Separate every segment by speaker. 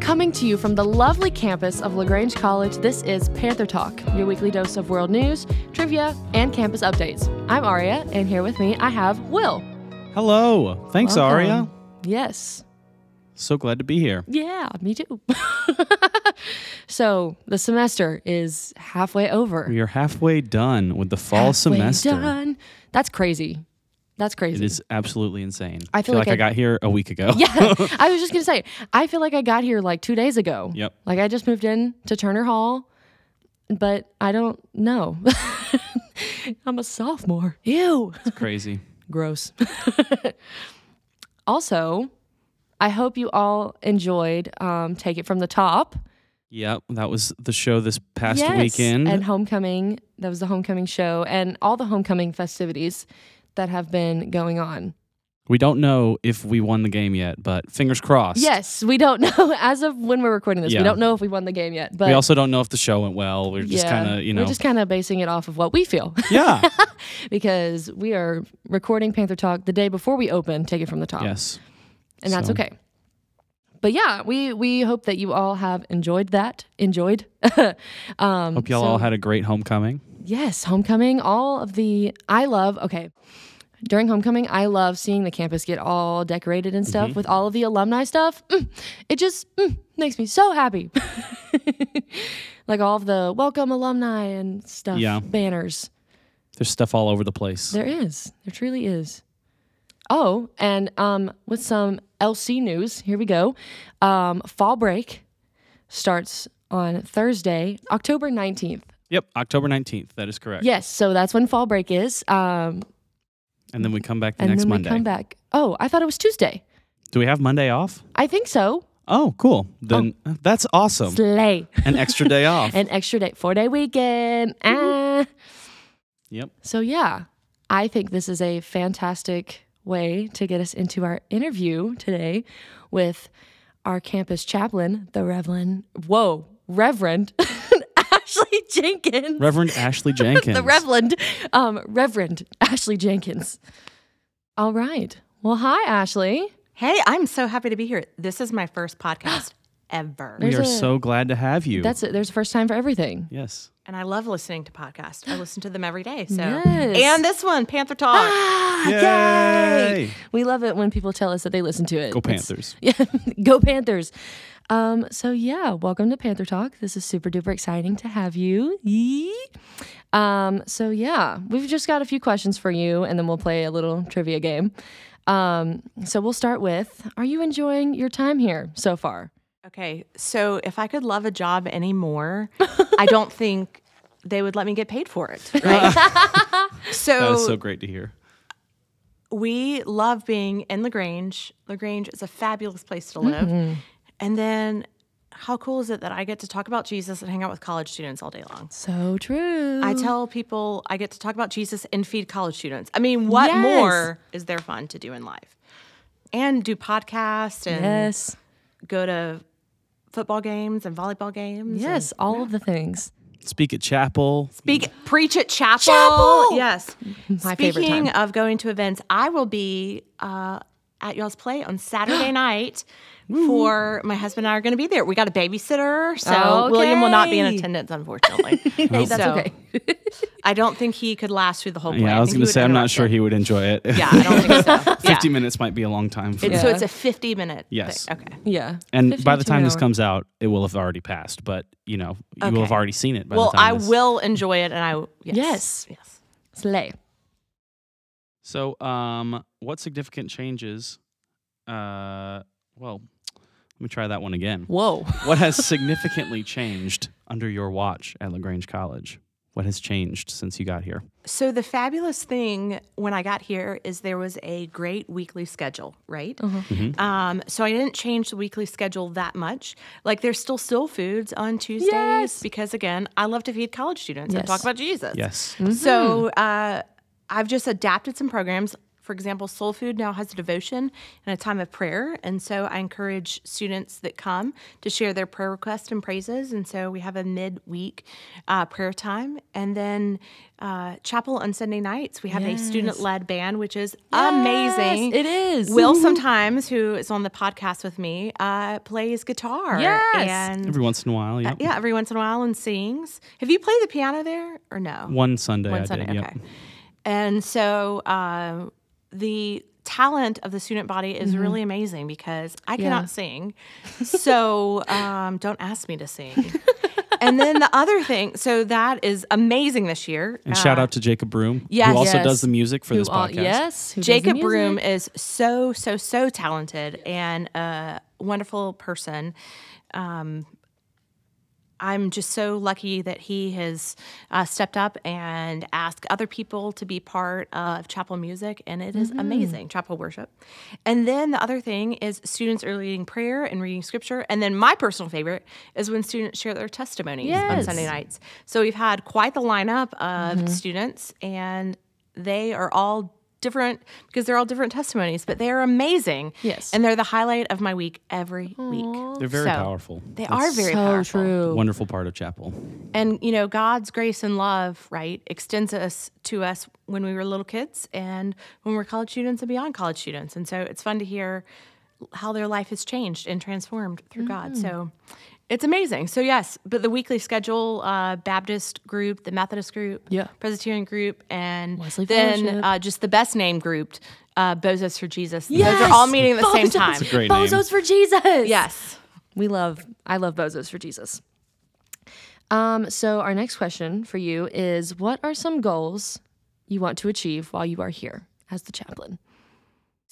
Speaker 1: Coming to you from the lovely campus of LaGrange College, this is Panther Talk, your weekly dose of world news, trivia, and campus updates. I'm Aria, and here with me I have Will.
Speaker 2: Hello. Thanks,
Speaker 1: Welcome.
Speaker 2: Aria.
Speaker 1: Yes.
Speaker 2: So glad to be here.
Speaker 1: Yeah, me too. so the semester is halfway over.
Speaker 2: We are halfway done with the fall
Speaker 1: Halfway
Speaker 2: semester.
Speaker 1: done. That's crazy. That's
Speaker 2: It
Speaker 1: crazy.
Speaker 2: is absolutely insane.
Speaker 1: I feel like
Speaker 2: I,
Speaker 1: I-
Speaker 2: got here a week ago.
Speaker 1: Yeah, I was just gonna say. I feel like I got here like two days ago.
Speaker 2: Yep.
Speaker 1: Like I just moved in to Turner Hall, but I don't know. I'm a sophomore. Ew.
Speaker 2: It's crazy.
Speaker 1: Gross. also, I hope you all enjoyed um, Take It From the Top.
Speaker 2: Yep. That was the show this past
Speaker 1: Yes,
Speaker 2: weekend.
Speaker 1: And Homecoming. That was the Homecoming show and all the Homecoming festivities that have been going on.
Speaker 2: we don't know if we won the game yet, but fingers crossed.
Speaker 1: Yes, we don't know. As of when we're recording this,
Speaker 2: Yeah.
Speaker 1: we don't know if we won the game yet. But
Speaker 2: we also don't know if the show went well. We're just
Speaker 1: Yeah,
Speaker 2: kind of, you know.
Speaker 1: we're just kind of basing it off of what we feel
Speaker 2: yeah.
Speaker 1: because we are recording Panther Talk the day before we open. Take it from the top,
Speaker 2: yes.
Speaker 1: and that's
Speaker 2: so.
Speaker 1: okay. But yeah, we we hope that you all have enjoyed that. Enjoyed. um,
Speaker 2: Hope y'all
Speaker 1: so-
Speaker 2: all had a great homecoming.
Speaker 1: yes, homecoming. All of the I love. Okay. During homecoming, I love seeing the campus get all decorated and
Speaker 2: Mm-hmm.
Speaker 1: stuff with all of the alumni stuff. Mm, it just mm, makes me so happy. like all of the welcome alumni and stuff,
Speaker 2: Yeah.
Speaker 1: banners.
Speaker 2: There's stuff all over the place.
Speaker 1: There is. There truly is. Oh, and um, with some LC news, here we go. Um, fall break starts on Thursday, October 19th.
Speaker 2: yep. October 19th. That is correct.
Speaker 1: Yes, so that's when fall break is. Um,
Speaker 2: And then we come back the
Speaker 1: and
Speaker 2: next
Speaker 1: then
Speaker 2: Monday.
Speaker 1: we come back. Oh, I thought it was Tuesday.
Speaker 2: Do we have Monday off?
Speaker 1: I think so.
Speaker 2: Oh, cool. Then that's awesome.
Speaker 1: Slay.
Speaker 2: An extra day off.
Speaker 1: An extra day, four day weekend. Ah.
Speaker 2: yep.
Speaker 1: So, yeah, I think this is a fantastic way to get us into our interview today with our campus chaplain, the Reverend, whoa, Reverend Ashley Jenkins.
Speaker 2: Reverend Ashley Jenkins.
Speaker 1: the Reverend, um, Reverend Ashley Jenkins. All right. Well, hi, Ashley.
Speaker 3: Hey, I'm so happy to be here. This is my first podcast ever.
Speaker 2: We are
Speaker 1: There's a-
Speaker 2: so glad to have you.
Speaker 1: That's it. There's a first time for everything.
Speaker 2: yes.
Speaker 3: And I love listening to podcasts. I listen to them every day. So
Speaker 1: Yes.
Speaker 3: and this one, Panther Talk.
Speaker 1: Ah, Yay!
Speaker 2: Yay!
Speaker 1: We love it when people tell us that they listen to it.
Speaker 2: Go
Speaker 1: It's-
Speaker 2: Panthers.
Speaker 1: Yeah, go Panthers. Um, so yeah, welcome to Panther Talk. This is super duper exciting to have you. Yee. Um, so yeah, we've just got a few questions for you, and then we'll play a little trivia game. Um, so we'll start with: Are you enjoying your time here so far?
Speaker 3: okay. So if I could love a job anymore, I don't think they would let me get paid for it. Right?
Speaker 2: That
Speaker 3: so,
Speaker 2: is so great to hear.
Speaker 3: we love being in Lagrange. Lagrange is a fabulous place to live. And then how cool is it that I get to talk about Jesus and hang out with college students all day long?
Speaker 1: So true.
Speaker 3: I tell people I get to talk about Jesus and feed college students. I mean, what
Speaker 1: Yes.
Speaker 3: more is there fun to do in life? And do podcasts and
Speaker 1: yes,
Speaker 3: go to football games and volleyball games. and
Speaker 1: yes, all of the things.
Speaker 2: Speak at chapel.
Speaker 3: Speak, preach at chapel.
Speaker 1: Chapel!
Speaker 3: Yes.
Speaker 1: My favorite
Speaker 3: Speaking
Speaker 1: time.
Speaker 3: of going to events, I will be uh, at y'all's play on Saturday night. For my husband and I are going to be there. We got a babysitter, so William will not be in
Speaker 1: Okay.
Speaker 3: attendance, unfortunately.
Speaker 1: Hey, that's
Speaker 3: So,
Speaker 1: okay.
Speaker 3: I don't think he could last through the whole play.
Speaker 2: Yeah, I was
Speaker 3: going to
Speaker 2: say I'm not sure he would enjoy it.
Speaker 3: Yeah, I don't think so. Yeah.
Speaker 2: 50 minutes might be a long time for
Speaker 3: So
Speaker 2: that.
Speaker 3: it's a 50 minute.
Speaker 2: Yes.
Speaker 3: Thing. Okay.
Speaker 1: Yeah.
Speaker 2: And
Speaker 1: 15
Speaker 2: by the
Speaker 1: to an
Speaker 2: time this
Speaker 1: hour.
Speaker 2: comes out, it will have already passed, but you know, you will have
Speaker 3: Okay.
Speaker 2: already seen it by
Speaker 3: Well,
Speaker 2: the time
Speaker 3: I
Speaker 2: this-
Speaker 3: will enjoy it, and I yes,
Speaker 1: Yes.
Speaker 3: yes.
Speaker 1: slay.
Speaker 2: So, um, what significant changes? Uh, well, let me try that one again.
Speaker 1: Whoa.
Speaker 2: What has significantly changed under your watch at Lagrange College? What has changed since you got here?
Speaker 3: So the fabulous thing when I got here is there was a great weekly schedule, right?
Speaker 2: Mm-hmm.
Speaker 3: Um, so I didn't change the weekly schedule that much. Like there's still still foods on Tuesdays
Speaker 1: Yes.
Speaker 3: because again, I love to feed college students
Speaker 1: Yes. Mm-hmm.
Speaker 3: and talk about Jesus.
Speaker 2: Yes.
Speaker 3: So uh, I've just adapted some programs. For example, Soul Food now has a devotion and a time of prayer. And so I encourage students that come to share their prayer requests and praises. And so we have a midweek uh, prayer time. And then uh, chapel on Sunday nights, we have a student led band, which is amazing.
Speaker 1: Yes, it is. Mm-hmm.
Speaker 3: Will sometimes, who is on the podcast with me, uh, plays guitar.
Speaker 1: Yes.
Speaker 3: And
Speaker 2: Every once in a while,
Speaker 1: Uh,
Speaker 2: yeah.
Speaker 3: yeah, every once in a while and sings. Have you played the piano there or no?
Speaker 2: One Sunday, I
Speaker 3: One Sunday,
Speaker 2: did. Yep.
Speaker 3: okay. And so uh, the talent of the student body is
Speaker 2: Mm-hmm.
Speaker 3: really amazing because I cannot
Speaker 1: Yeah.
Speaker 3: sing. So um, don't ask me to sing. and then the other thing, so that is amazing this year. Uh,
Speaker 2: And shout out to Jacob Broom,
Speaker 3: yes.
Speaker 2: who also
Speaker 1: Uh, Yes.
Speaker 2: does the music for
Speaker 1: Who
Speaker 2: this
Speaker 1: all-
Speaker 2: podcast.
Speaker 1: yes, who does the
Speaker 3: Jacob
Speaker 1: music.
Speaker 3: Broom is so, so, so talented and a wonderful person. Um, I'm just so lucky that he has uh, stepped up and asked other people to be part of chapel music, and it is
Speaker 1: Mm-hmm.
Speaker 3: amazing, chapel worship. And then the other thing is students are leading prayer and reading scripture. And then my personal favorite is when students share their testimonies on
Speaker 1: Yes. Mm-hmm.
Speaker 3: Sunday nights. So we've had quite the lineup of students, and they are all different because they're all different testimonies, but they are amazing.
Speaker 1: Yes.
Speaker 3: And they're the highlight of my week every week.
Speaker 2: They're very
Speaker 3: So,
Speaker 2: powerful.
Speaker 3: They
Speaker 2: That's
Speaker 3: are very
Speaker 1: so
Speaker 3: powerful.
Speaker 1: true.
Speaker 2: a wonderful part of chapel.
Speaker 3: And you know, God's grace and love, right, extends us to us when we were little kids and when we're college students and beyond college students. And so it's fun to hear how their life has changed and transformed through God.
Speaker 1: Mm-hmm.
Speaker 3: So it's amazing. So yes, but the weekly schedule, uh, Baptist group, the Methodist group,
Speaker 1: Yeah.
Speaker 3: Presbyterian group, and
Speaker 1: Wesley
Speaker 3: then
Speaker 1: Fellowship.
Speaker 3: uh, just the best name grouped, uh, Bozos for Jesus. Those are all meeting at the same
Speaker 1: Bozos-
Speaker 3: time.
Speaker 2: great name.
Speaker 1: Bozos for Jesus.
Speaker 3: Yes.
Speaker 1: We love, I love Bozos for Jesus. Um, so, our next question for you is What are some goals you want to achieve while you are here as the chaplain?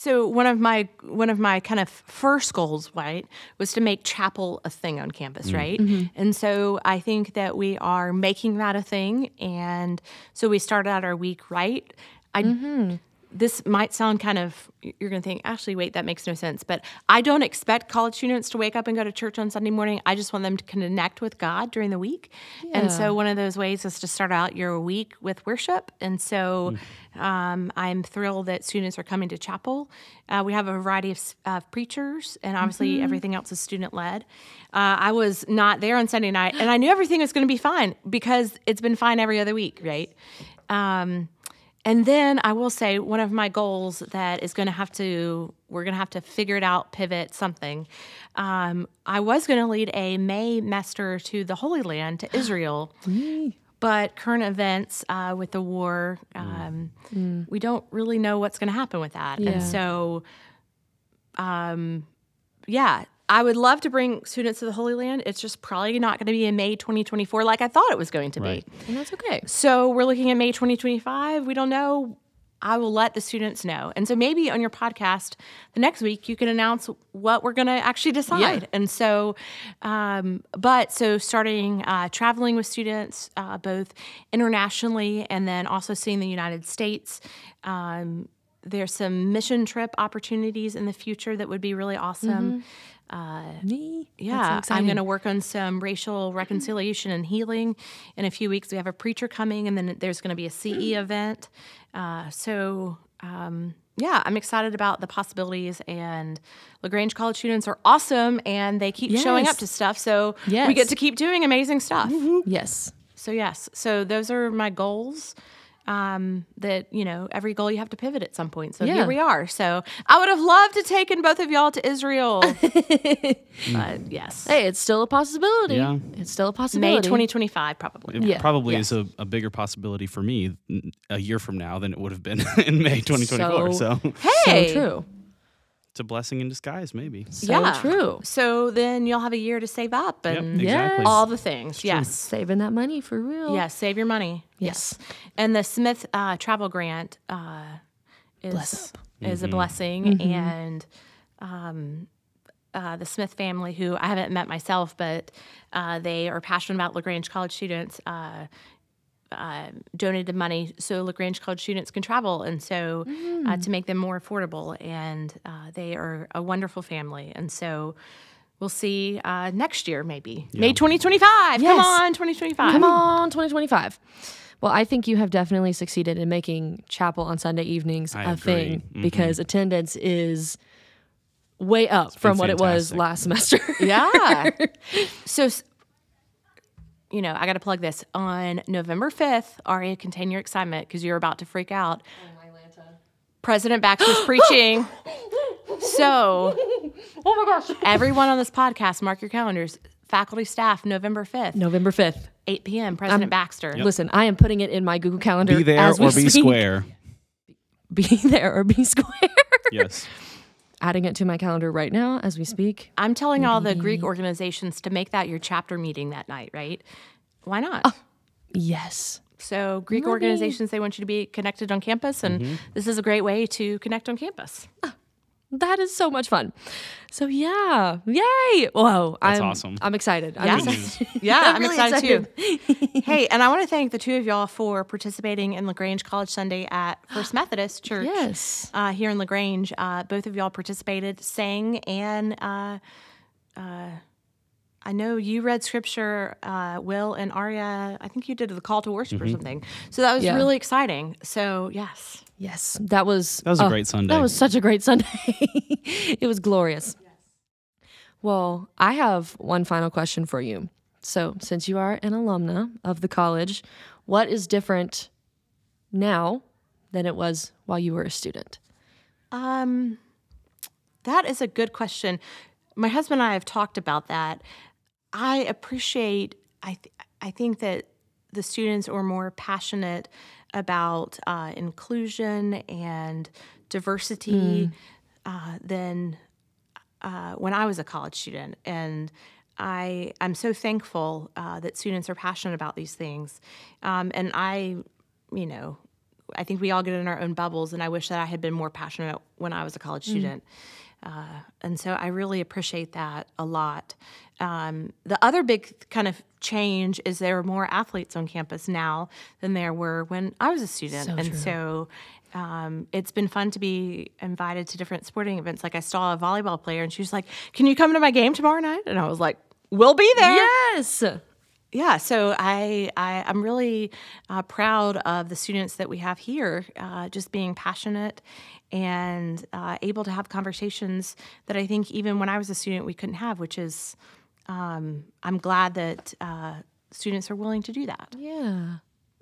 Speaker 3: So one of my one of my kind of first goals, right, was to make chapel a thing on campus, right? And so I think that we are making that a thing, and so we started out our week right. I this might sound kind of you're going to think actually wait that makes no sense but i don't expect college students to wake up and go to church on sunday morning i just want them to connect with god during the week and so one of those ways is to start out your week with worship and so um, i'm thrilled that students are coming to chapel uh, we have a variety of s- of preachers and obviously everything else is student led uh, i was not there on sunday night and i knew everything was going to be fine because it's been fine every other week right and then I will say one of my goals that is going to have to we're going to have to figure it out, pivot something. Um, I was going to lead a May master to the Holy Land to Israel, but current events uh, with the war, um, we don't really know what's going to happen with that,
Speaker 1: Yeah.
Speaker 3: and so um, yeah. I would love to bring students to the Holy Land. It's just probably not going to be in May 2024 like I thought it was going to
Speaker 2: Right.
Speaker 3: be.
Speaker 1: And that's okay.
Speaker 3: So we're looking at May 2025. We don't know. I will let the students know. And so maybe on your podcast the next week, you can announce what we're going to actually decide. And so, um, but so starting uh, traveling with students, uh, both internationally and then also seeing the United States. Um, there's some mission trip opportunities in the future that would be really awesome.
Speaker 1: Me? That's
Speaker 3: Yeah, I'm
Speaker 1: exciting. Mm-hmm.
Speaker 3: going to work on some racial reconciliation and healing. In a few weeks, we have a preacher coming, and then there's going to be a
Speaker 1: Mm-hmm.
Speaker 3: CE event. Uh, so, um, yeah, I'm excited about the possibilities. And Lagrange College students are awesome, and they keep showing up
Speaker 1: Yes.
Speaker 3: to stuff. So we
Speaker 1: Yes. Mm-hmm.
Speaker 3: get to keep doing amazing stuff.
Speaker 1: Yes.
Speaker 3: So yes, so those are my goals. Um, that you know, every goal you have to pivot at some point. So
Speaker 1: Yeah.
Speaker 3: here we are. So I would have loved to taken both of y'all to Israel, but yes,
Speaker 1: Hey, it's still a possibility.
Speaker 2: Yeah.
Speaker 1: It's still a possibility.
Speaker 3: May 2025 probably.
Speaker 2: It
Speaker 1: Yeah.
Speaker 2: probably
Speaker 1: Yeah.
Speaker 2: is a, a bigger possibility for me n- a year from now than it would have been in May 2024. So,
Speaker 1: So- So
Speaker 3: Hey!
Speaker 1: true.
Speaker 2: it's a blessing in disguise, maybe.
Speaker 1: So true.
Speaker 3: So then you'll have a year to save up
Speaker 2: Yep,
Speaker 3: and
Speaker 2: exactly.
Speaker 3: all the things. Yes.
Speaker 1: Saving that money for real.
Speaker 3: Yes, save your money.
Speaker 1: Yes.
Speaker 3: And the Smith uh, travel grant uh, is
Speaker 1: Bless Mm-hmm.
Speaker 3: is a blessing, and um, uh, the Smith family, who I haven't met myself, but uh, they are passionate about Lagrange College students. Uh, uh, donated money so Lagrange College students can travel, and so uh,
Speaker 1: Mm-hmm.
Speaker 3: to make them more affordable. And uh, they are a wonderful family, and so we'll see uh, next year maybe May 2025. Come
Speaker 1: Yes.
Speaker 3: on, 2025.
Speaker 1: Come on, 2025. Well, I think you have definitely succeeded in making chapel on Sunday evenings
Speaker 2: I
Speaker 1: a
Speaker 2: agree. Mm-hmm.
Speaker 1: thing because attendance is way up
Speaker 2: been
Speaker 1: from what it was
Speaker 2: fantastic.
Speaker 1: last semester.
Speaker 3: Yeah. so, s- you know, I got to plug this. On November 5th, Aria, contain your excitement because you're about to freak out. President Baxter's preaching. So,
Speaker 1: oh my gosh.
Speaker 3: everyone on this podcast, mark your calendars. Faculty, staff, November 5th,
Speaker 1: November 5th.
Speaker 3: 8 p.m., President Baxter.
Speaker 1: Listen, I am putting it in my Google Calendar.
Speaker 2: Be there
Speaker 1: as we
Speaker 2: or be
Speaker 1: speak.
Speaker 2: square.
Speaker 1: Be there or be square.
Speaker 2: yes.
Speaker 1: Adding it to my calendar right now as we speak.
Speaker 3: I'm telling all the Greek organizations to make that your chapter meeting that night, right? Why not?
Speaker 1: Yes.
Speaker 3: So, Greek organizations, they want you to be connected on campus, and this is a great way to connect on campus.
Speaker 1: That is so much fun. So yeah. Yay. Whoa.
Speaker 2: That's
Speaker 1: I'm,
Speaker 2: awesome.
Speaker 1: I'm excited. I'm
Speaker 3: Yeah.
Speaker 2: Good
Speaker 1: excited.
Speaker 2: news.
Speaker 3: Yeah, I'm,
Speaker 1: really
Speaker 3: excited, too. hey, and I want to thank the two of y'all for participating in Lagrange College Sunday at First Methodist Church.
Speaker 1: Yes.
Speaker 3: uh, here in Lagrange, uh, both of y'all participated, sang, and uh, uh, I know you read scripture. Uh, Will and Aria, I think you did the call to worship or something. So that was
Speaker 1: Mm-hmm. Yeah.
Speaker 3: really exciting. So yes,
Speaker 1: Yes. That was
Speaker 2: That was a
Speaker 1: oh,
Speaker 2: great Sunday.
Speaker 1: That was such a great Sunday. it was glorious. Well, I have one final question for you. So, since you are an alumna of the college, what is different now than it was while you were a student?
Speaker 3: um, that is a good question. My husband and I have talked about that. I appreciate. I th- I think that the students are more passionate about uh, inclusion and diversity uh, than uh, when I was a college student, and I I'm so thankful uh, that students are passionate about these things, um, and I, you know. I think we all get in our own bubbles, and I wish that I had been more passionate when I was a college student. Uh, and so I really appreciate that a lot. Um, the other big kind of change is there are more athletes on campus now than there were when I was a student. and so um, it's been fun to be invited to different sporting events. Like I saw a volleyball player and she was like, Can you come to my game tomorrow night? And I was like, We'll be there
Speaker 1: Yes.
Speaker 3: yeah so i, I i'm really uh, proud of the students that we have here uh, just being passionate and uh, able to have conversations that i think even when i was a student we couldn't have which is um, i'm glad that uh, students are willing to do that
Speaker 1: Yeah.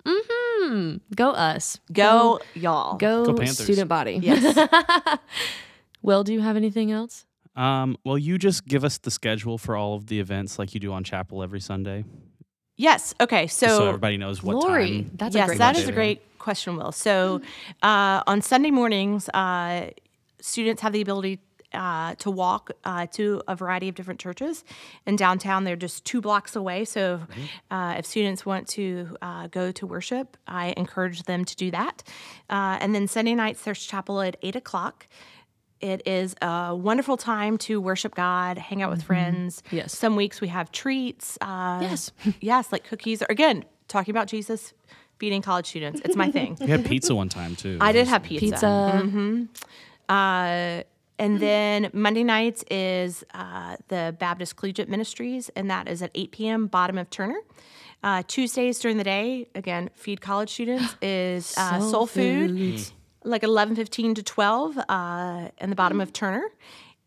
Speaker 1: Mhm. Go us.
Speaker 3: go y'all
Speaker 1: Go,
Speaker 2: Go Panthers.
Speaker 1: student body.
Speaker 3: yes
Speaker 1: Will, do you have anything else?
Speaker 2: Um, well, you just give us the schedule for all of the events like you do on Chapel every Sunday,
Speaker 3: yes okay
Speaker 2: so,
Speaker 3: so
Speaker 2: everybody knows what
Speaker 1: Lori,
Speaker 2: time.
Speaker 1: that's a
Speaker 3: yes,
Speaker 1: great
Speaker 3: that
Speaker 1: question.
Speaker 3: is a great question, Will. So uh, on Sunday mornings, uh, students have the ability uh, to walk uh, to a variety of different churches in downtown. They're just two blocks away. So
Speaker 1: Mm-hmm.
Speaker 3: uh, if students want to uh, go to worship, I encourage them to do that. Uh, and then Sunday nights, there's chapel at 8 o'clock. It is a wonderful time to worship God, hang out with friends.
Speaker 1: Mm-hmm. Yes.
Speaker 3: Some weeks we have treats. Uh,
Speaker 1: Yes.
Speaker 3: yes, like cookies. Or again, talking about Jesus, feeding college students. It's my thing.
Speaker 2: We had pizza one time too.
Speaker 3: I did have pizza.
Speaker 1: Pizza.
Speaker 3: Mm-hmm. Uh, and then Monday nights is uh, the Baptist Collegiate Ministries, and that is at 8 p.m. bottom of Turner. Uh, Tuesdays during the day, again, feed college students is uh, soul, food, Mm-hmm. like 11:15 to 12 uh, in the bottom of Turner.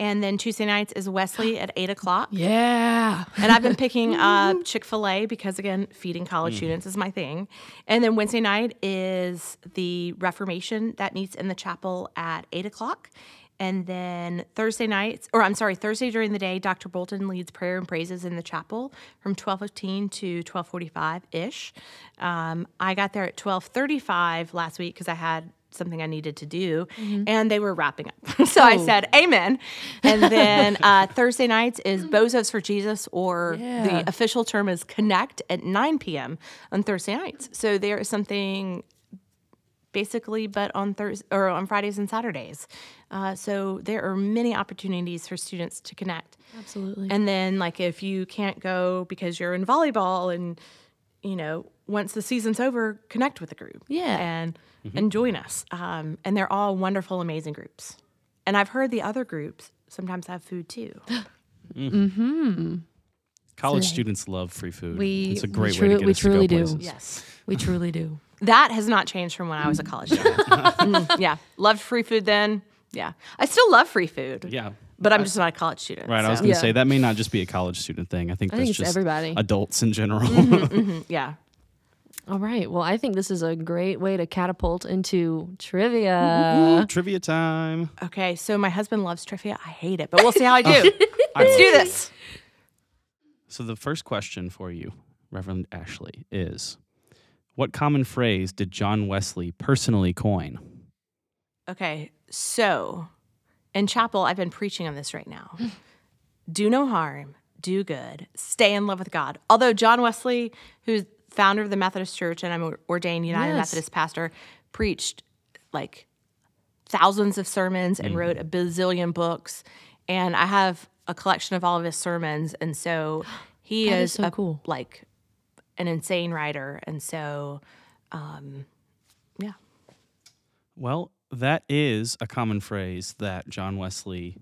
Speaker 3: And then Tuesday nights is Wesley at 8 o'clock.
Speaker 1: Yeah.
Speaker 3: And I've been picking up Chick fil A because, again, feeding college students is my thing. And then Wednesday night is the Reformation that meets in the chapel at eight o'clock. And then Thursday nights, or I'm sorry, Thursday during the day, Dr. Bolton leads prayer and praises in the chapel from 1215 to 1245 ish. Um, I got there at 1235 last week because I had something I needed to do,
Speaker 1: Mm-hmm.
Speaker 3: and they were wrapping up. so I said, "Amen." And then uh, Thursday nights is Bozos for Jesus, or
Speaker 1: Yeah.
Speaker 3: the official term is Connect at 9 p.m. on Thursday nights. So there is something basically, but on Thursday or on Fridays and Saturdays. Uh, so there are many opportunities for students to connect.
Speaker 1: Absolutely.
Speaker 3: And then, like, if you can't go because you're in volleyball and, you know, once the season's over, connect with a group.
Speaker 1: Yeah.
Speaker 3: And,
Speaker 2: Mm-hmm.
Speaker 3: and join us. Um, and they're all wonderful, amazing groups. And I've heard the other groups sometimes have food too.
Speaker 2: College
Speaker 1: Today.
Speaker 2: students love free food.
Speaker 1: We-
Speaker 2: it's a
Speaker 1: we
Speaker 2: great
Speaker 1: tru-
Speaker 2: way to get
Speaker 1: we
Speaker 2: us to go
Speaker 1: truly do.
Speaker 2: places.
Speaker 3: Yes.
Speaker 1: We truly do.
Speaker 3: That has not changed from when I was a college student. Mm, yeah. Loved free food then. Yeah. I still love free food.
Speaker 2: Yeah.
Speaker 3: But I'm just not a college student.
Speaker 2: Right. I was
Speaker 3: so-
Speaker 2: going to
Speaker 1: Yeah.
Speaker 2: say that may not just be a college student thing. I think
Speaker 1: I
Speaker 2: that's
Speaker 1: think it's
Speaker 2: just
Speaker 1: everybody. Mm-hmm.
Speaker 2: adults in general.
Speaker 3: Yeah.
Speaker 1: All right. Well, I think this is a great way to catapult into trivia.
Speaker 2: Trivia time.
Speaker 3: Okay. So my husband loves trivia. I hate it, but we'll see how I
Speaker 2: Oh.
Speaker 3: do. Let's do this.
Speaker 2: So the first question for you, Reverend Ashley, is what common phrase did John Wesley personally coin?
Speaker 3: Okay. So in chapel, I've been preaching on this right now do no harm, do good, stay in love with God. Although John Wesley, who's founder of the Methodist Church, and I'm an ordained United
Speaker 1: Yes.
Speaker 3: Methodist pastor, preached like thousands of sermons
Speaker 1: Mm.
Speaker 3: and wrote a bazillion books. And I have a collection of all of his sermons. And so he
Speaker 1: That is
Speaker 3: is
Speaker 1: so
Speaker 3: a-
Speaker 1: cool.
Speaker 3: like an insane writer. And so, um, yeah.
Speaker 2: Well, that is a common phrase that John Wesley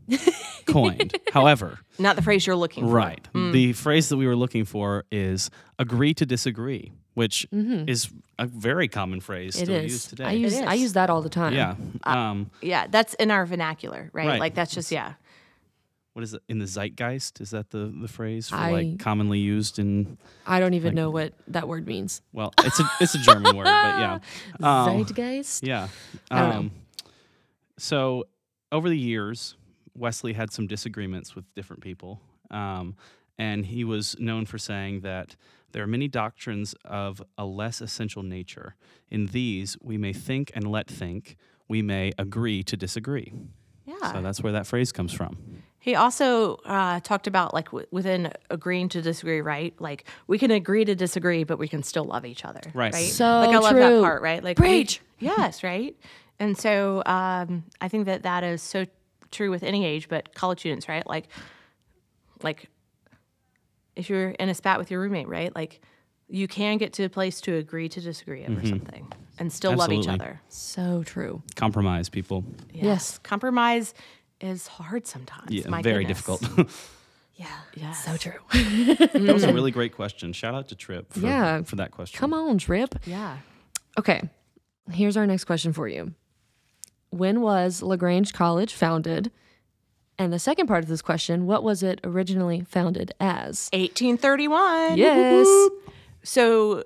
Speaker 2: coined. However,
Speaker 3: Not the phrase you're looking for.
Speaker 2: right,
Speaker 1: Hmm.
Speaker 2: the phrase that we were looking for is agree to disagree, which is a very common phrase
Speaker 1: Mm-hmm. It
Speaker 2: still
Speaker 1: is.
Speaker 2: used today.
Speaker 1: I use I
Speaker 3: is.
Speaker 1: use that all the time.
Speaker 2: yeah. Um,
Speaker 3: Yeah, that's in our vernacular, right?
Speaker 2: Right.
Speaker 3: Like that's just yeah.
Speaker 2: what is it? In the zeitgeist? Is that the, the phrase for
Speaker 1: I-
Speaker 2: like commonly used in,
Speaker 1: I don't even know what that word means.
Speaker 2: well, it's a, it's a German word, but yeah. Um,
Speaker 1: Zeitgeist.
Speaker 2: Yeah.
Speaker 1: don't know.
Speaker 2: Um, so over the years, Wesley had some disagreements with different people. Um, and he was known for saying that there are many doctrines of a less essential nature. In these, we may think and let think. We may agree to disagree.
Speaker 3: Yeah.
Speaker 1: Ah.
Speaker 2: So that's where that phrase comes from.
Speaker 3: he also uh, talked about like w- within agreeing to disagree, right? Like we can agree to disagree, but we can still love each other,
Speaker 2: Right.
Speaker 1: So
Speaker 3: like I love that
Speaker 1: true.
Speaker 3: part, right? Like we-
Speaker 1: Preach.
Speaker 3: yes, right. And so um, I think that that is so true with any age, but college students, right? Like, like if you're in a spat with your roommate, right? Like you can get to a place to agree to disagree over something and still love each
Speaker 2: Mm-hmm. Absolutely.
Speaker 3: other.
Speaker 1: So true.
Speaker 2: Compromise, people.
Speaker 1: Yes.
Speaker 3: compromise is hard sometimes.
Speaker 2: Yeah,
Speaker 3: My
Speaker 2: very
Speaker 3: goodness.
Speaker 2: difficult.
Speaker 3: Yeah.
Speaker 1: So true.
Speaker 2: that was a really great question. Shout out to Trip for,
Speaker 1: Yeah.
Speaker 2: for that question.
Speaker 1: Come on, Drip.
Speaker 3: Yeah.
Speaker 1: Okay. Here's our next question for you. When was LaGrange College founded? And the second part of this question, what was it originally founded as?
Speaker 3: 1831.
Speaker 1: Yes.
Speaker 3: So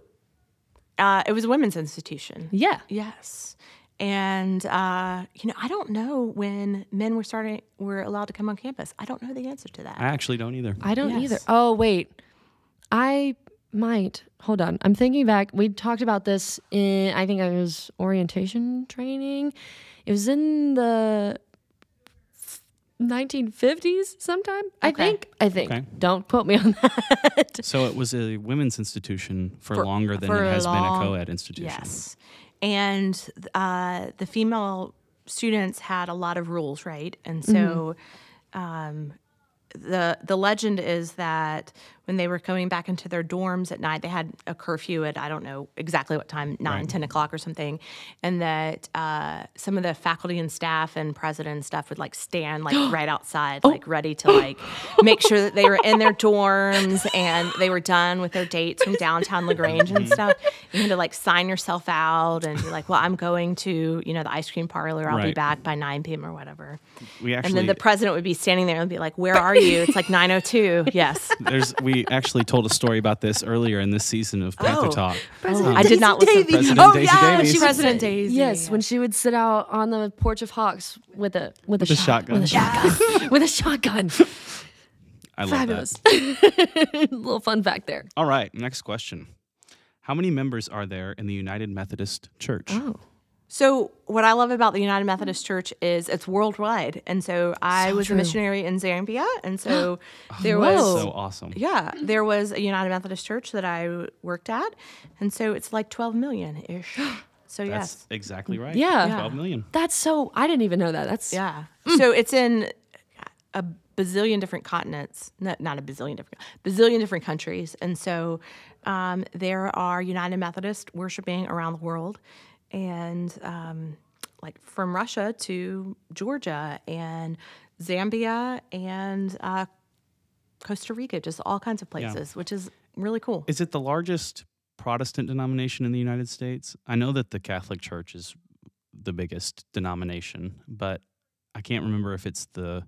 Speaker 3: uh, it was a women's institution.
Speaker 1: Yeah.
Speaker 3: Yes. And uh, you know, I don't know when men were starting were allowed to come on campus. I don't know the answer to that.
Speaker 2: I actually don't either.
Speaker 1: I don't
Speaker 3: Yes.
Speaker 1: either. Oh, wait. I might. Hold on. I'm thinking back. We talked about this in, I think it was orientation training. It was in the 1950s sometime. I
Speaker 3: Okay.
Speaker 1: think. I think.
Speaker 2: Okay.
Speaker 1: Don't quote me on that.
Speaker 2: So it was a women's institution for, longer than
Speaker 3: for
Speaker 2: it has
Speaker 3: long-
Speaker 2: been a co-ed institution.
Speaker 3: Yes. And uh, the female students had a lot of rules, right? And
Speaker 1: Mm-hmm.
Speaker 3: so um, the the legend is that when they were coming back into their dorms at night, they had a curfew at I don't know exactly what time, nine, ten o'clock or something, and that uh, some of the faculty and staff and president and stuff would like stand like right outside, like ready to like make sure that they were in their dorms and they were done with their dates from downtown Lagrange and stuff. You had to like sign yourself out and be like, "Well, I'm going to you know the ice cream parlor. I'll be
Speaker 2: Right.
Speaker 3: back by 9 p.m. or whatever."
Speaker 2: We
Speaker 3: And
Speaker 2: actually
Speaker 3: then the president would be standing there and be like, "Where are you?" It's like 9:02. Yes.
Speaker 2: There's we actually told a story about this earlier in this season of Panther
Speaker 3: Oh.
Speaker 2: Talk. Um,
Speaker 1: President
Speaker 3: I did not listen.
Speaker 2: President
Speaker 3: oh
Speaker 2: Daisy
Speaker 3: yeah,
Speaker 2: Davies.
Speaker 3: she was
Speaker 1: President
Speaker 3: President Daisy.
Speaker 1: Yes, when she would sit out on the porch of Hawks with a with a,
Speaker 2: a
Speaker 1: shot-
Speaker 2: shotgun.
Speaker 1: with a shotgun, with a shotgun.
Speaker 2: I love
Speaker 1: Fabulous.
Speaker 2: that.
Speaker 1: Little fun fact there.
Speaker 2: All right, next question. How many members are there in the United Methodist Church?
Speaker 1: Oh,
Speaker 3: So what I love about the United Methodist Church is it's worldwide, and so Oh, I was a missionary in Zambia, and so there
Speaker 1: Whoa.
Speaker 3: was
Speaker 2: So awesome.
Speaker 3: yeah there was a United Methodist Church that I worked at, and so it's like twelve million ish. So
Speaker 2: That's
Speaker 3: yes,
Speaker 2: exactly right.
Speaker 1: Yeah. Yeah.
Speaker 2: 12 million.
Speaker 1: that's so. I didn't even know that. That's
Speaker 3: yeah. So it's in a bazillion different continents, no, not a bazillion different, bazillion different countries, and so um, there are United Methodist worshiping around the world, and um, like from Russia to Georgia and Zambia and uh, Costa Rica, just all kinds of places, which is really cool.
Speaker 2: Is it the largest Protestant denomination in the United States? I know that the Catholic Church is the biggest denomination, but I can't remember if it's the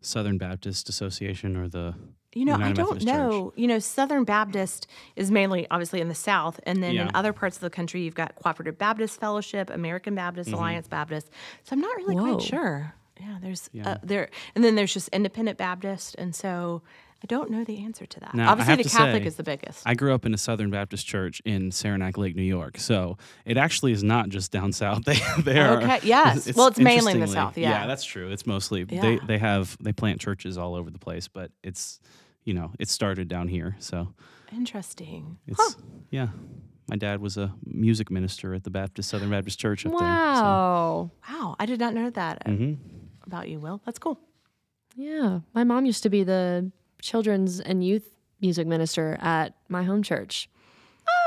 Speaker 2: Southern Baptist Association or the
Speaker 3: You know, I
Speaker 2: United
Speaker 3: don't
Speaker 2: Methodist
Speaker 3: know. You know, Southern Baptist is mainly obviously in the South, and then
Speaker 2: Yeah.
Speaker 3: in other parts of the country, you've got Cooperative Baptist Fellowship, American Baptist,
Speaker 2: Mm-hmm.
Speaker 3: Alliance Baptist. So I'm not really
Speaker 1: Whoa.
Speaker 3: quite sure. Yeah, there's uh, there, and then there's just Independent Baptist, and so I don't know the answer to that.
Speaker 2: Now, I
Speaker 3: obviously,
Speaker 2: have
Speaker 3: the
Speaker 2: to
Speaker 3: Catholic
Speaker 2: say-
Speaker 3: is the biggest.
Speaker 2: I grew up in a Southern Baptist church in Saranac Lake, New York. So it actually is not just down south. They they are
Speaker 3: Okay, yes. Well, it's mainly in the
Speaker 2: interestingly-
Speaker 3: South, yeah.
Speaker 2: that's true. It's mostly they
Speaker 3: Yeah.
Speaker 2: they have they plant churches all over the place, but it's you know it started down here. So
Speaker 3: Interesting.
Speaker 2: it's yeah. My dad was a music minister at the Baptist Southern Baptist Church up
Speaker 1: Wow.
Speaker 3: Wow, I did not know that uh,
Speaker 2: there. So. hmm
Speaker 3: about you, Will. That's cool.
Speaker 1: Yeah. My mom used to be the children's and youth music minister at my home church.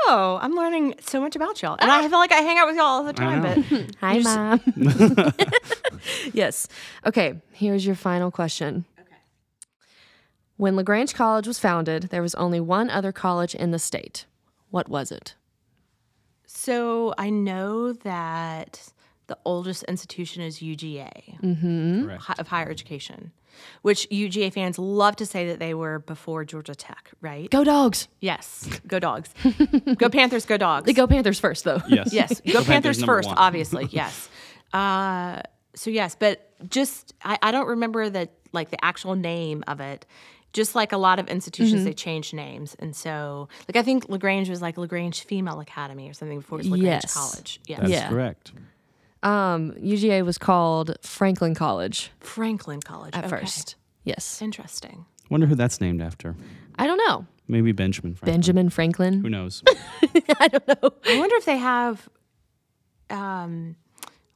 Speaker 3: Oh, I'm learning so much about y'all, and I feel like I hang out with y'all all the time.
Speaker 2: Ah! know.
Speaker 3: But
Speaker 1: Hi, mom. yes. Okay. Here's your final question. When LaGrange College was founded, there was only one other college in the state. What was it?
Speaker 3: So I know that the oldest institution is UGA
Speaker 1: Mm. Mm-hmm.
Speaker 2: Correct.
Speaker 3: hi- of higher education, which UGA fans love to say that they were before Georgia Tech, right?
Speaker 1: Go dogs.
Speaker 3: Yes, go dogs, go Panthers, go dogs.
Speaker 1: They go Panthers first, though.
Speaker 2: Yes.
Speaker 3: Yes, go Panthers,
Speaker 2: number
Speaker 3: first,
Speaker 2: one.
Speaker 3: obviously. Yes. Uh, so yes, but just I, I don't remember the like the actual name of it. Just like a lot of institutions,
Speaker 1: Mm-hmm.
Speaker 3: they change names, and so like I think Lagrange was like Lagrange Female Academy or something before it was Lagrange
Speaker 1: Yes.
Speaker 3: College. Yes.
Speaker 2: That's
Speaker 1: Yeah.
Speaker 2: correct.
Speaker 1: Um, UGA was called Franklin College
Speaker 3: Franklin College
Speaker 1: at
Speaker 3: okay.
Speaker 1: first. Yes.
Speaker 3: Interesting.
Speaker 2: Wonder who that's named after.
Speaker 1: I don't know.
Speaker 2: Maybe Benjamin Franklin.
Speaker 1: Benjamin
Speaker 2: Who
Speaker 1: Franklin.
Speaker 2: knows?
Speaker 3: I wonder if they have, um,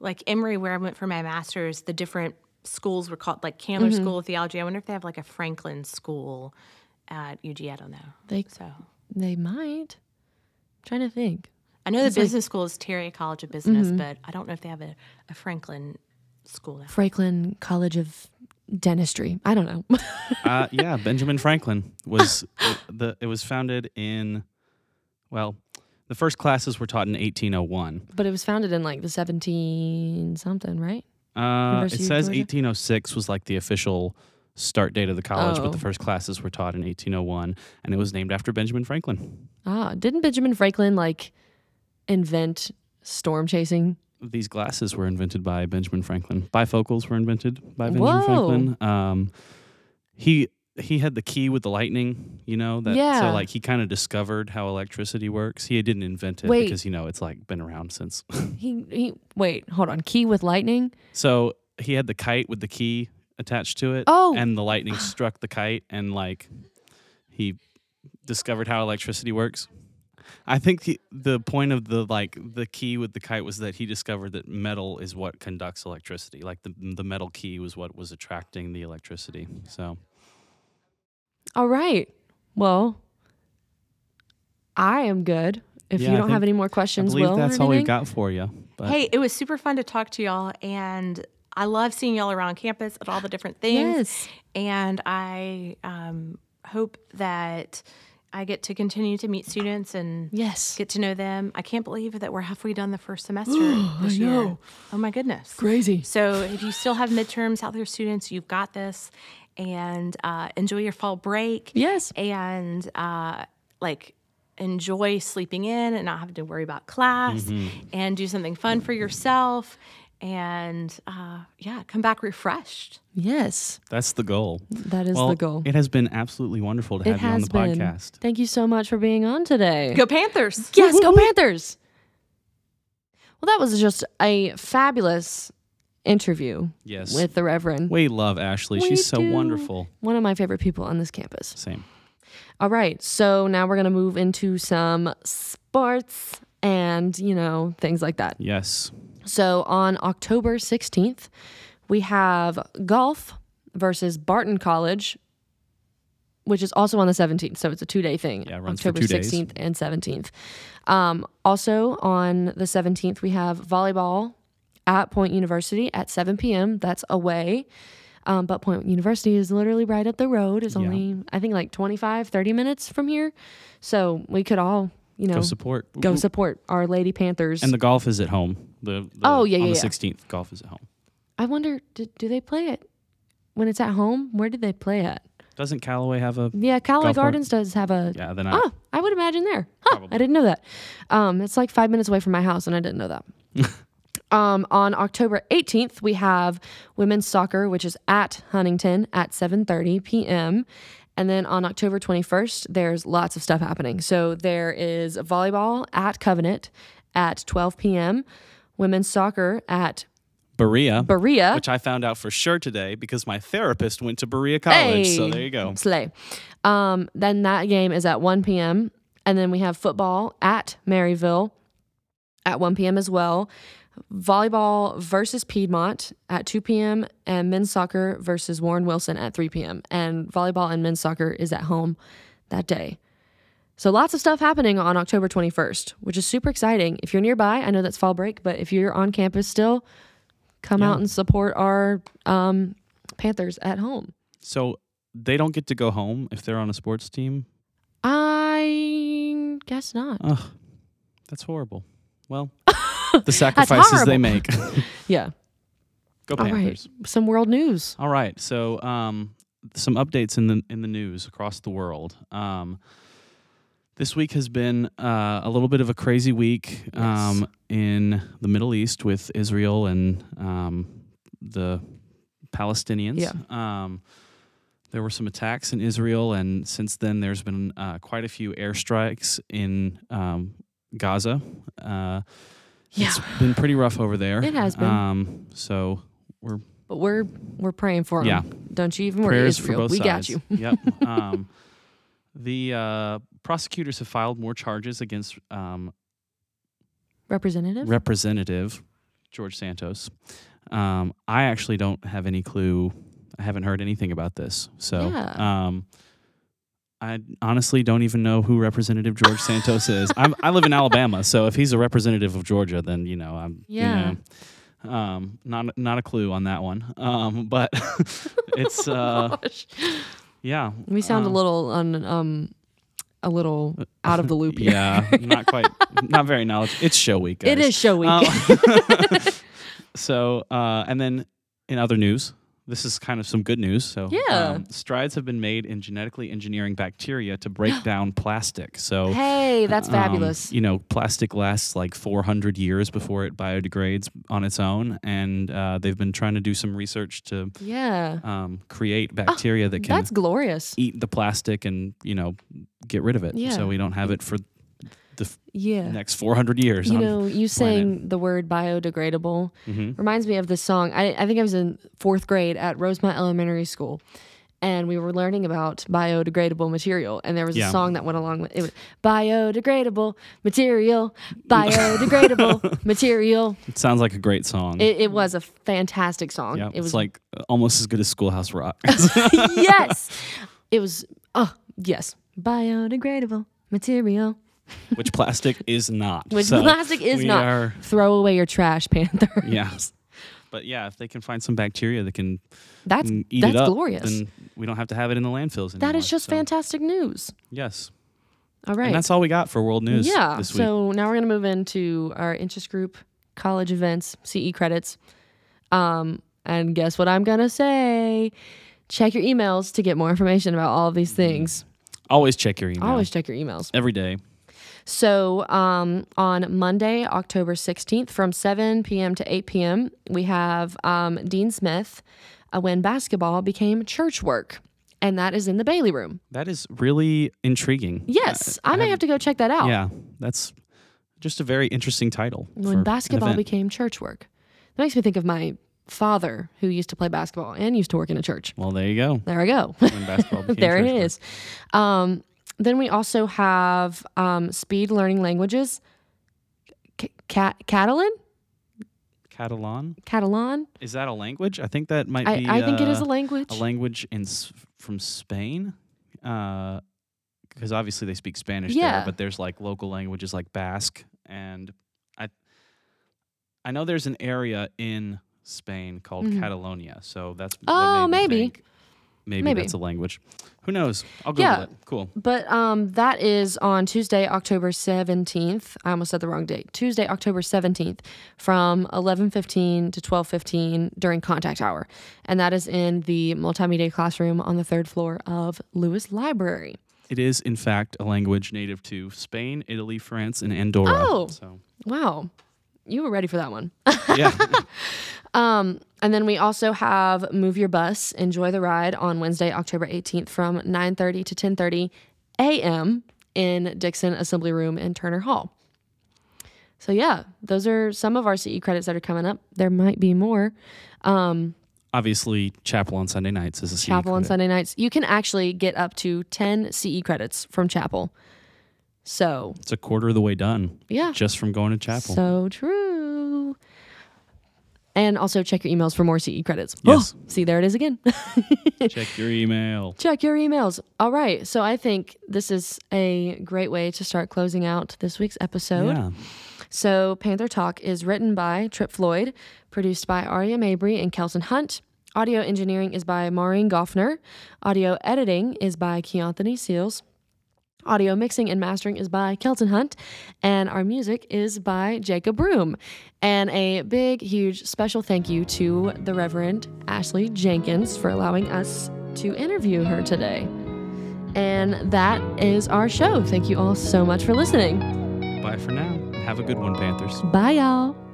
Speaker 3: like Emory, where I went for my master's, the different schools were called like Candler School of Theology. I wonder if they have like a Franklin School at UG. I don't know.
Speaker 1: They
Speaker 3: So
Speaker 1: they might. trying to think.
Speaker 3: I know the business school is Terry College of Business, but I don't know if they have a, a Franklin school. Now.
Speaker 1: Franklin College of Dentistry. I don't know.
Speaker 2: uh, yeah, Benjamin Franklin was the. It was founded in, well, the first classes were taught in 1801.
Speaker 1: but it was founded in like the 17 something, right?
Speaker 2: Uh, it
Speaker 1: University of
Speaker 2: says
Speaker 1: Georgia?
Speaker 2: 1806 was like the official start date of the college, but
Speaker 1: Oh.
Speaker 2: the first classes were taught in 1801, and it was named after Benjamin Franklin.
Speaker 1: Ah, didn't Benjamin Franklin like invent storm chasing?
Speaker 2: These glasses were invented by Benjamin Franklin. Bifocals were invented by Benjamin
Speaker 1: Whoa.
Speaker 2: Franklin. Um, he he had the key with the lightning, you know that.
Speaker 1: Yeah.
Speaker 2: So like he kind of discovered how electricity works. He didn't invent it
Speaker 1: Wait.
Speaker 2: because you know it's like been around since.
Speaker 1: He he wait, hold on. Key with lightning?
Speaker 2: So he had the kite with the key attached to it.
Speaker 1: Oh.
Speaker 2: And the lightning struck the kite and like he discovered how electricity works. I think the, the point of the like the key with the kite was that he discovered that metal is what conducts electricity. Like the the metal key was what was attracting the electricity. So
Speaker 1: All right. Well, I am good. If
Speaker 2: Yeah,
Speaker 1: you
Speaker 2: I
Speaker 1: don't have
Speaker 2: think-
Speaker 1: any more
Speaker 2: I
Speaker 1: questions,
Speaker 2: believe
Speaker 1: Will,
Speaker 2: that's
Speaker 1: or
Speaker 2: all we've
Speaker 1: anything?
Speaker 2: got for you. But
Speaker 3: Hey, it was super fun to talk to y'all, and I love seeing y'all around campus at all the different things.
Speaker 1: Yes.
Speaker 3: and I um, hope that I get to continue to meet students and
Speaker 1: Yes.
Speaker 3: get to know them. I can't believe that we're halfway done the first semester this year. Oh my goodness.
Speaker 1: Crazy.
Speaker 3: So if you still have midterms out there, students, you've got this, and uh, enjoy your fall break.
Speaker 1: Yes.
Speaker 3: and uh, like enjoy sleeping in and not having to worry about class, and do something fun for yourself, and uh, yeah, come back refreshed.
Speaker 1: Yes.
Speaker 2: that's the goal.
Speaker 1: That is
Speaker 2: well,
Speaker 1: the goal.
Speaker 2: It has been absolutely wonderful to
Speaker 1: It
Speaker 2: have you on the
Speaker 1: been.
Speaker 2: podcast.
Speaker 1: Thank you so much for being on today.
Speaker 3: Go Panthers!
Speaker 1: Yes, go Panthers. Well, that was just a fabulous interview
Speaker 2: Yes.
Speaker 1: with the Reverend.
Speaker 2: we love Ashley.
Speaker 1: We
Speaker 2: She's so
Speaker 1: do.
Speaker 2: wonderful.
Speaker 1: One of my favorite people on this campus.
Speaker 2: Same.
Speaker 1: All right. So now we're going to move into some sports and, you know, things like that.
Speaker 2: Yes.
Speaker 1: So on October 16th, we have golf versus Barton College, which is also on the 17th. So it's a two day thing.
Speaker 2: Yeah, it runs for
Speaker 1: October
Speaker 2: two days.
Speaker 1: 16th and 17th. Um, also on the 17th, we have volleyball at Point University at 7 p.m. That's away. Um, but Point University is literally right up the road. It's
Speaker 2: Yeah.
Speaker 1: only, I think, like 25, 30 minutes from here. So we could all, you know,
Speaker 2: Go support.
Speaker 1: go support our Lady Panthers.
Speaker 2: And the golf is at home. The, the
Speaker 1: Oh, yeah, yeah,
Speaker 2: on the
Speaker 1: yeah.
Speaker 2: sixteenth, golf is at home.
Speaker 1: I wonder, do, do they play it when it's at home? Where did they play it?
Speaker 2: Doesn't Callaway have a?
Speaker 1: Yeah, Callaway
Speaker 2: Golf court?
Speaker 1: Gardens does have a.
Speaker 2: Yeah, then I.
Speaker 1: Oh, I would imagine there. Huh, I
Speaker 2: Probably.
Speaker 1: didn't know that. Um, it's like five minutes away from my house, and I didn't know that. um, on October 18th, we have women's soccer, which is at Huntington at 7:30 p.m. And then on October 21st, there's lots of stuff happening. So there is volleyball at Covenant at 12 p.m. Women's soccer at
Speaker 2: Berea,
Speaker 1: Berea.
Speaker 2: which I found out for sure today because my therapist went to Berea College. So
Speaker 1: Hey.
Speaker 2: there you go.
Speaker 1: Slay. Um, then that game is at 1 p.m. And then we have football at Maryville at 1 p.m. as well. Volleyball versus Piedmont at 2 p.m. and men's soccer versus Warren Wilson at 3 p.m. And volleyball and men's soccer is at home that day. So lots of stuff happening on October 21st, which is super exciting. If you're nearby, I know that's fall break, but if you're on campus still, come out and support our um, Panthers at home.
Speaker 2: So they don't get to go home if they're on a sports team.
Speaker 1: I guess not.
Speaker 2: Ugh, that's horrible. Well, the sacrifices
Speaker 1: horrible.
Speaker 2: they make.
Speaker 1: Yeah.
Speaker 2: go
Speaker 1: All right.
Speaker 2: Panthers.
Speaker 1: Some world news.
Speaker 2: All right. So, um, some updates in the in the news across the world. Um, this week has been uh, a little bit of a crazy week um, in the Middle East with Israel and um, the Palestinians.
Speaker 1: Yeah.
Speaker 2: Um, there were some attacks in Israel, and since then, there's been uh, quite a few airstrikes in um, Gaza. Uh, It's been pretty rough over there.
Speaker 1: It has been.
Speaker 2: Um, so we're
Speaker 1: But we're we're praying for 'em.
Speaker 2: Yeah.
Speaker 1: Don't you even worry,
Speaker 2: prayers
Speaker 1: Israel.
Speaker 2: for both
Speaker 1: we got
Speaker 2: sides.
Speaker 1: you.
Speaker 2: yep. Um, the uh, prosecutors have filed more charges against um,
Speaker 1: Representative?
Speaker 2: Representative George Santos. Um, I actually don't have any clue. I haven't heard anything about this. So,
Speaker 1: Yeah.
Speaker 2: um, I honestly don't even know who Representative George Santos is. I'm, I live in Alabama, so if he's a representative of Georgia, then you know I'm. you
Speaker 1: Yeah.
Speaker 2: know, um, not not a clue on that one. Um, but it's uh,
Speaker 1: Oh Gosh.
Speaker 2: yeah.
Speaker 1: We sound
Speaker 2: um, Uh,
Speaker 1: a little un, um a little out of the loop here.
Speaker 2: Yeah, not quite, not very knowledgeable. It's show week.
Speaker 1: It
Speaker 2: guys.
Speaker 1: is show week.
Speaker 2: Um, so, uh, and then in other news, this is kind of some good news. So, um,
Speaker 1: Yeah.
Speaker 2: strides have been made in genetically engineering bacteria to break down plastic. So,
Speaker 1: hey, that's
Speaker 2: um,
Speaker 1: fabulous.
Speaker 2: you know, plastic lasts like 400 years before it biodegrades on its own, and uh, they've been trying to do some research to
Speaker 1: yeah.
Speaker 2: um, create bacteria that can
Speaker 1: Oh, That's glorious.
Speaker 2: eat the plastic and you know get rid of it.
Speaker 1: Yeah.
Speaker 2: So we don't have it for the f-
Speaker 1: Yeah.
Speaker 2: next 400 years.
Speaker 1: You
Speaker 2: on-
Speaker 1: know, you saying the word biodegradable
Speaker 2: Mm-hmm.
Speaker 1: reminds me of this song. I, I think I was in fourth grade at Rosemont Elementary School, and we were learning about biodegradable material. And there was
Speaker 2: Yeah.
Speaker 1: a song that went along with it: was, biodegradable material, biodegradable material.
Speaker 2: It sounds like a great song.
Speaker 1: It, it was a fantastic song.
Speaker 2: yeah,
Speaker 1: it was
Speaker 2: it's like uh, almost as good as Schoolhouse Rock.
Speaker 1: yes, it was oh yes, biodegradable material.
Speaker 2: which plastic is not.
Speaker 1: Which
Speaker 2: So
Speaker 1: plastic is
Speaker 2: we
Speaker 1: not.
Speaker 2: Are,
Speaker 1: Throw away your trash, Panther.
Speaker 2: yeah. But yeah, if they can find some bacteria that can
Speaker 1: That's
Speaker 2: mm, eat
Speaker 1: that's
Speaker 2: it up,
Speaker 1: glorious.
Speaker 2: then we don't have to have it in the landfills anymore.
Speaker 1: That is just
Speaker 2: So,
Speaker 1: fantastic news.
Speaker 2: Yes.
Speaker 1: All right.
Speaker 2: And that's all we got for world news
Speaker 1: yeah.
Speaker 2: this week.
Speaker 1: So now we're going to move into our interest group, college events, CE credits. Um, and guess what I'm going to say? Check your emails to get more information about all of these
Speaker 2: Mm-hmm.
Speaker 1: things.
Speaker 2: Always check your email.
Speaker 1: Always check your emails.
Speaker 2: Every day.
Speaker 1: So um, on Monday, October 16th, from 7 p.m. to 8 p.m., we have um, Dean Smith uh, when basketball became church work. And that is in the Bailey room.
Speaker 2: That is really intriguing.
Speaker 1: Yes, I, may have to go check that out.
Speaker 2: Yeah, that's just a very interesting title. for
Speaker 1: when
Speaker 2: an
Speaker 1: basketball
Speaker 2: event.
Speaker 1: became church work. That makes me think of my father who used to play basketball and used to work in a church.
Speaker 2: Well, there you go.
Speaker 1: There I go.
Speaker 2: When basketball became
Speaker 1: there it
Speaker 2: church work.
Speaker 1: is. Um, then we also have um, speed learning languages. C- Ca- Catalan?
Speaker 2: Catalan.
Speaker 1: Catalan?
Speaker 2: Is that a language? I think that might
Speaker 1: I,
Speaker 2: be.
Speaker 1: I think it is
Speaker 2: uh,
Speaker 1: a language.
Speaker 2: a language in S- from Spain. Because obviously they speak Spanish
Speaker 1: Yeah.
Speaker 2: there, but there's like local languages like Basque, and I I know there's an area in Spain called Catalonia. So that's
Speaker 1: Mm-hmm. Oh,
Speaker 2: what made me
Speaker 1: maybe.
Speaker 2: think maybe
Speaker 1: Maybe.
Speaker 2: that's a language. Who knows? I'll Google
Speaker 1: Yeah.
Speaker 2: it. Cool.
Speaker 1: But um, that is on Tuesday, October 17th. I almost said the wrong date. Tuesday, October 17th from 11:15 to 12:15 during contact hour. And that is in the multimedia classroom on the 3rd floor of Lewis Library.
Speaker 2: It is in fact a language native to Spain, Italy, France, and Andorra.
Speaker 1: Oh.
Speaker 2: So
Speaker 1: Wow. You were ready for that one.
Speaker 2: yeah.
Speaker 1: Um, and then we also have Move Your Bus, Enjoy the Ride on Wednesday, October 18th from 9:30 to 10:30 a.m. in Dixon Assembly Room in Turner Hall. So yeah, those are some of our CE credits that are coming up. There might be more. Um,
Speaker 2: Obviously, chapel on Sunday nights is a CE
Speaker 1: chapel on
Speaker 2: credit.
Speaker 1: Sunday nights. You can actually get up to 10 CE credits from chapel. So,
Speaker 2: It's a quarter of the way done
Speaker 1: yeah.
Speaker 2: just from going to chapel.
Speaker 1: So true. And also check your emails for more CE credits.
Speaker 2: Yes.
Speaker 1: Oh, see, there it is again.
Speaker 2: Check your email.
Speaker 1: Check your emails. All right. So I think this is a great way to start closing out this week's episode.
Speaker 2: Yeah.
Speaker 1: So Panther Talk is written by Trip Floyd, produced by Aria Mabry and Kelson Hunt. Audio engineering is by Maureen Goffner. Audio editing is by Keanthony Seals. Audio mixing and mastering is by Kelton Hunt, and our music is by Jacob Broom. And a big, huge, special thank you to the Reverend Ashley Jenkins for allowing us to interview her today. And that is our show. Thank you all so much for listening.
Speaker 2: Bye for now. Have a good one, Panthers.
Speaker 1: Bye, y'all.